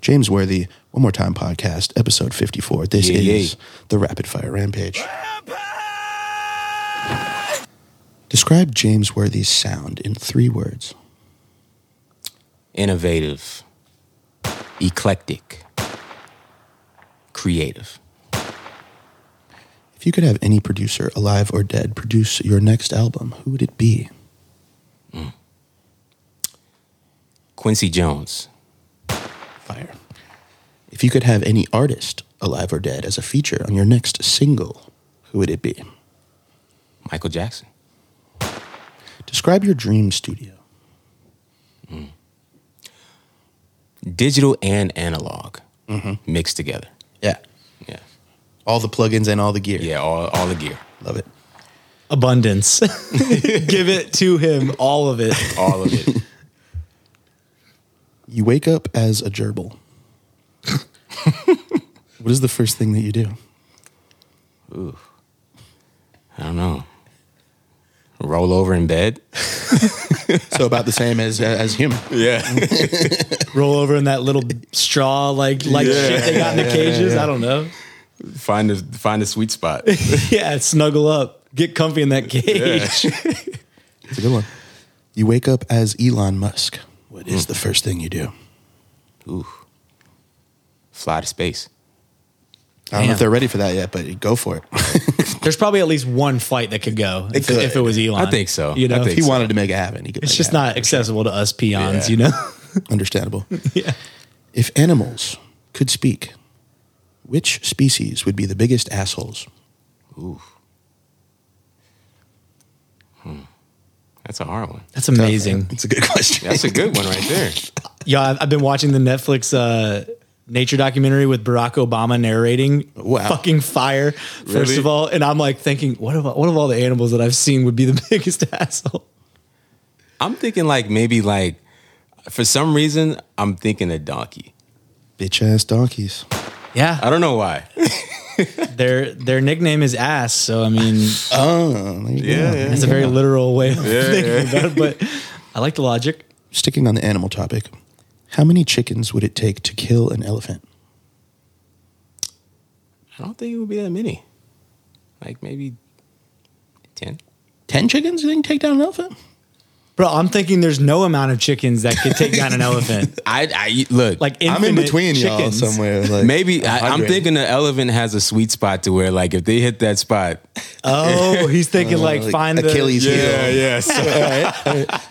James Worthy, One More Time podcast, episode 54. This Yeah, is yeah. the Rapid Fire Rampage. Describe James Worthy's sound in three words. Innovative, eclectic, creative. If you could have any producer, alive or dead, produce your next album, who would it be? Quincy Jones, Fire. If you could have any artist, alive or dead, as a feature on your next single, who would it be? Michael Jackson, Describe your dream studio. digital and analog mixed together. Yeah. Yeah, All the plugins and all the gear. yeah, all, all the gear, Love it. Abundance. Give it to him, all of it. all of it. You wake up as a gerbil. what is the first thing that you do? I don't know. Roll over in bed. So about the same as uh, as human. Yeah. Roll over in that little straw like like shit they got in the cages. I don't know. find a find a sweet spot. Yeah, snuggle up. Get comfy in that cage. It's a good one. You wake up as Elon Musk. What is the first thing you do? Ooh. Fly to space. I don't know if Damn. they're ready for that yet, but go for it. There's probably at least one flight that could go if, could. if it was Elon. I think so. You I know, if think he so. wanted to make it happen, he could. it's make just it happen. not accessible to us peons. Yeah. You know, understandable. yeah. if animals could speak, which species would be the biggest assholes? That's a hard one. That's amazing. It's a good question. That's a good one right there. Yeah, I've, I've been watching the Netflix uh, nature documentary with Barack Obama narrating. Wow. fucking fire! First Really? of all, and I'm like thinking, what of what of all the animals that I've seen would be the biggest asshole? I'm thinking like maybe like for some reason I'm thinking a donkey. Bitch ass donkeys. Yeah, I don't know why. Uh, their their nickname is ass. So I mean, Oh, there you go. it's a very literal way of thinking about it. But I like the logic. Sticking on the animal topic, how many chickens would it take to kill an elephant? I don't think it would be that many. Like maybe ten. Ten chickens? You think take down an elephant? Bro, I'm thinking there's no amount of chickens that could take down an elephant. I, I look Like infinite chickens. Like maybe I, I'm 100. thinking the elephant has a sweet spot to where like if they hit that spot. Oh, he's thinking like, find the- Achilles heel. yeah. So,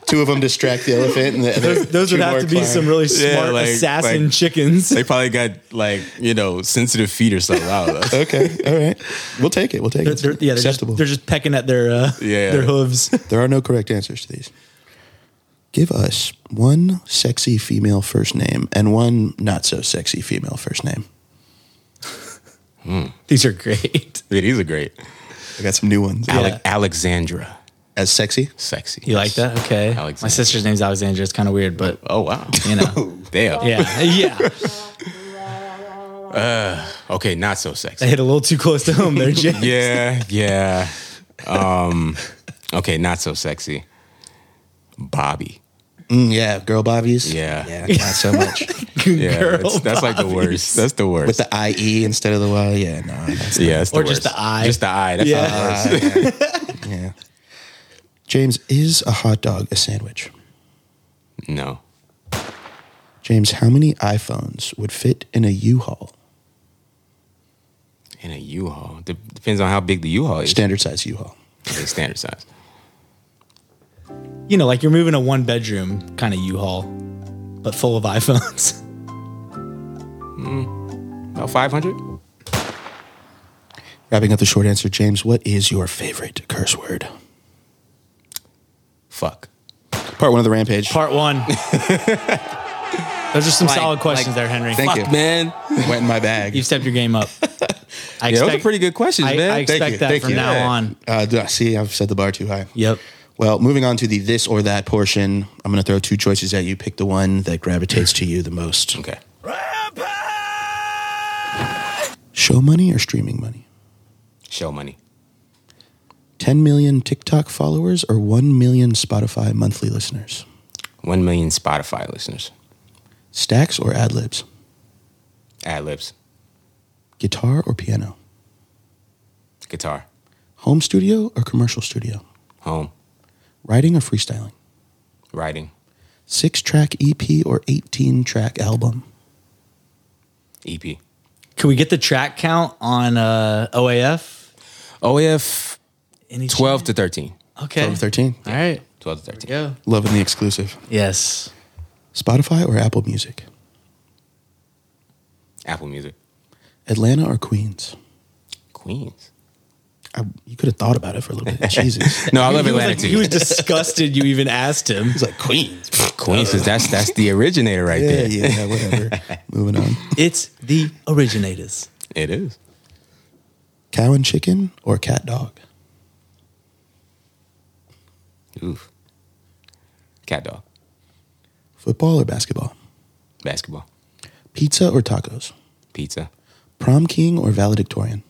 Two of them distract the elephant, and the other Those, those would two have more to be climb. some really smart Yeah, like- assassin like- chickens. they probably got like you know sensitive feet or something. I don't know. Okay, all right. We'll take it. We'll take They're- it. they're- yeah, they're Acceptable. just, they're just pecking at their uh, Yeah. their hooves. There are no correct answers to these. Give us one sexy female first name and one not so sexy female first name. These are great. Yeah, these are great. I got some new ones. Ale- Alexandra, As sexy? sexy. You like that? Okay. Alexandra. My sister's name's Alexandra. It's kind of weird, but Oh wow. you know, Damn. yeah, yeah. Okay, not so I sexy. hit a little too close to home there, Jay. Yeah, yeah. Um, okay, not so sexy. Bobby. Mm, yeah, girl bobbies. Yeah. Yeah, not so much. Good Yeah, girl. that's, that's like the Bobby. worst. That's the worst. With the IE instead of the Y. Yeah, no. that's- yeah, it's the Or just worst. the eye. Just the eye. That's Yeah. the worst. yeah. James, is a hot dog a sandwich? No. James, how many iPhones would fit in a U-Haul? In a U-Haul. De- depends on how big the U-Haul is. Standard size U-Haul. Okay, standard size. You know, like you're moving a one bedroom kind of U-Haul, but full of iPhones. About 500? Wrapping up the short answer, James, what is your favorite curse word? Fuck. Part one of the rampage. Part one. Those are some solid questions like- there, Henry. Thank Fuck, you. man. Went in my bag. You've stepped your game up. I Yeah, those are pretty good questions, I, man. I expect you, that thank from you. now Yeah. on. Uh, d- see, I've set the bar too high. Yep. Well, moving on to the this or that portion, I'm going to throw two choices at you. Pick the one that gravitates to you the most. Okay. Show money or streaming money? Show money. 10 million TikTok followers or 1 million Spotify monthly listeners? 1 million Spotify listeners. Stacks or ad libs? Ad libs, Guitar or piano? guitar, Home studio or commercial studio? home, Writing or freestyling? writing, Six track EP or 18 track album? EP. Can we get the track count on uh, OAF? Oh, OAF Any 12 to 13. chance? Okay. 12 13. All right. 12 to 13. Go. Loving the exclusive. Yes. Spotify or Apple Music? Apple Music. Atlanta or Queens? Queens. I, you could have thought about it for a little bit. Jesus. No, I love he was Atlanta like- too. He was disgusted you even asked him. It's like Queens. Queens is that's that's the originator right yeah, there. yeah, whatever. Moving on. It's the originators. It is. Cow and chicken or cat dog? Oof. Cat dog. Football or basketball? Basketball. Pizza or tacos? Pizza. Prom king or valedictorian?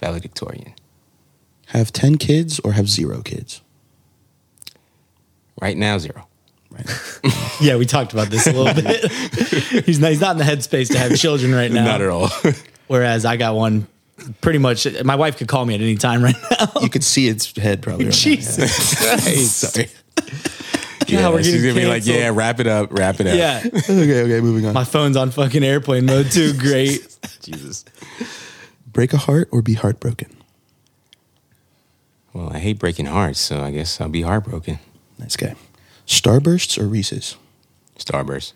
Valedictorian. Have 10 kids or have zero kids? Right now, zero. Right. Yeah, we talked about this a little bit. he's not, he's not in the headspace to have children right now. Not at all. Whereas I got one. Pretty much, my wife could call me at any time right now. you could see its head probably. right now, yeah. Jesus Christ. Sorry. Yeah, we're she's getting gonna be like, canceled. yeah, wrap it up, wrap it up. Yeah. okay, okay, moving on. My phone's on fucking airplane mode too. Great. Jesus. Break a heart or be heartbroken? Well, I hate breaking hearts, so I guess I'll be heartbroken. Nice guy. Starbursts or Reese's? Starburst.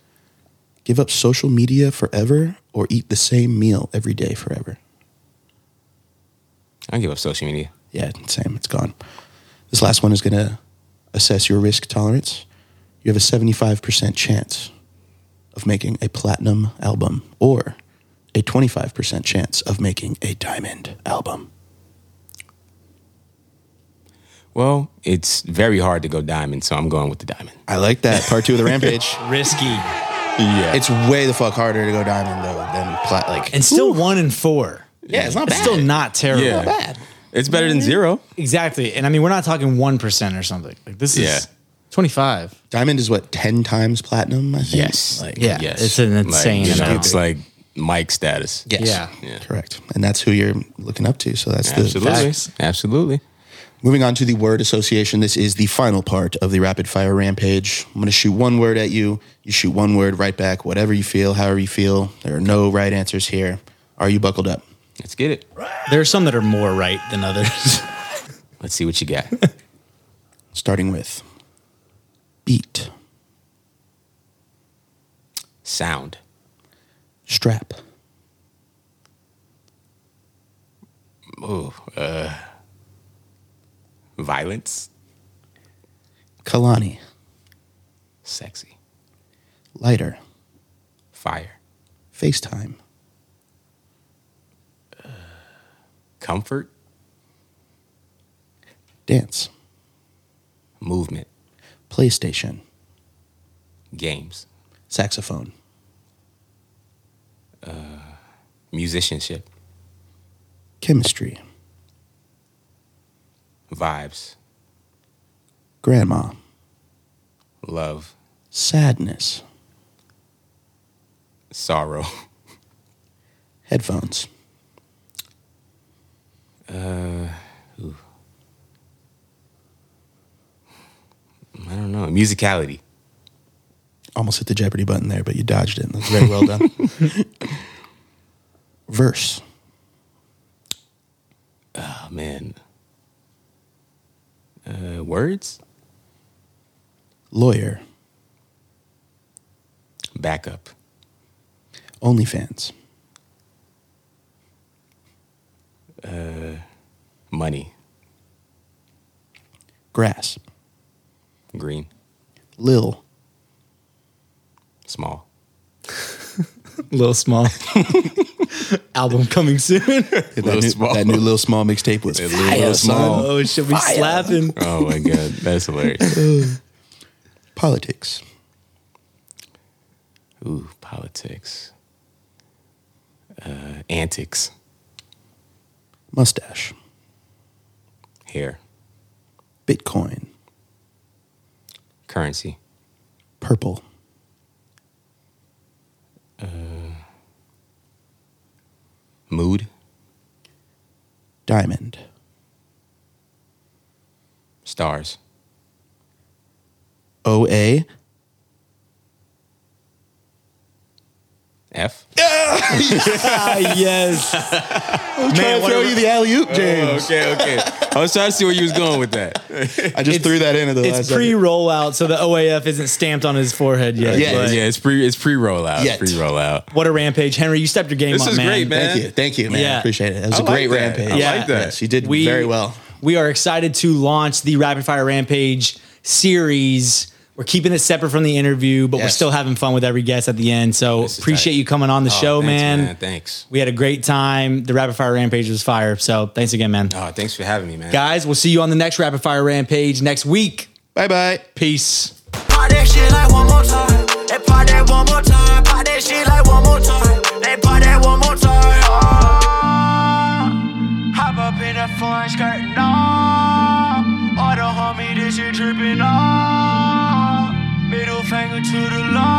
Give up social media forever or eat the same meal every day forever? I give up social media. Yeah, same. It's gone. This last one is going to assess your risk tolerance. You have a 75% chance of making a platinum album or a 25% chance of making a diamond album. Well, it's very hard to go diamond, so I'm going with the diamond. I like that. Part two of the rampage. Risky. Yeah. It's way the fuck harder to go diamond though than plat. Like And still one in four. yeah, it's not It's bad. still not terrible. Yeah. bad. it's better than zero. Exactly. And I mean, we're not talking 1% or something. Like this is Yeah. 25. Diamond is what ten times platinum. I think. Like, Yeah, Yes. it's an insane Like, you know, amount. It's like Mike status. yes. Yeah. Yeah. Correct. And that's who you're looking up to. So that's the Absolutely. Facts. Absolutely. Moving on to the word association, this is the final part of the rapid fire rampage. I'm going to shoot one word at you. You shoot one word right back, whatever you feel, however you feel. There are no right answers here. Are you buckled up? Let's get it. There are some that are more right than others. Let's see what you got. Starting with beat, Sound. strap, Ooh. Uh, violence. Kalani, Sexy. lighter, Fire. FaceTime, Comfort. dance, Movement. PlayStation, Games. saxophone, Musicianship. chemistry, Vibes. grandma, Love. sadness, Sorrow. headphones, I don't know. Musicality. Almost hit the Jeopardy button there, but you dodged it. That's very well done. Verse, Oh man. Uh, words. lawyer, Backup. OnlyFans, Money. grass, Green. Lil, Small. Little small. Album coming soon. that, Lil new, Small. that new Lil Small mixtape was Lil fire, Small. son. Oh, it should be slapping. Oh my god, that's hilarious. Politics, Ooh, politics. Uh, antics. mustache, Hair. Bitcoin, Currency. purple, mood? Diamond. Stars. OA. F. yes. Man, what throw a- you the alley oop, James. Oh, okay, okay. I was trying to see where you was going with that. I just threw that in at the last It's pre second. rollout, so the OAF isn't stamped on his forehead yet. Yeah, but yeah, it's pre it's pre rollout. Yet. Pre rollout. What a rampage. Henry, you stepped your game This up, is man. great, man. Thank you. Thank you, man. Yeah. Appreciate it. That was I a great like that. rampage. I Yeah. like that. Yes, you did very well. We are excited to launch the Rapid Fire Rampage series. We're keeping it separate from the interview, but we're Yes. still having fun with every guest at the end. So is appreciate tight. you coming on the Oh, show, thanks, man. Thanks. We had a great time. The Rapid Fire Rampage was fire. So thanks again, man. Oh, thanks for having me, man. Guys, we'll see you on the next Rapid Fire Rampage next week. Bye bye. Peace. Pop that shit like one more time. They pop that one more time. Pop that shit like one more time. They pop that one more time. Oh, hop up in that foreign skirt. No, all the homie, this shit tripping. No, middle finger to the law.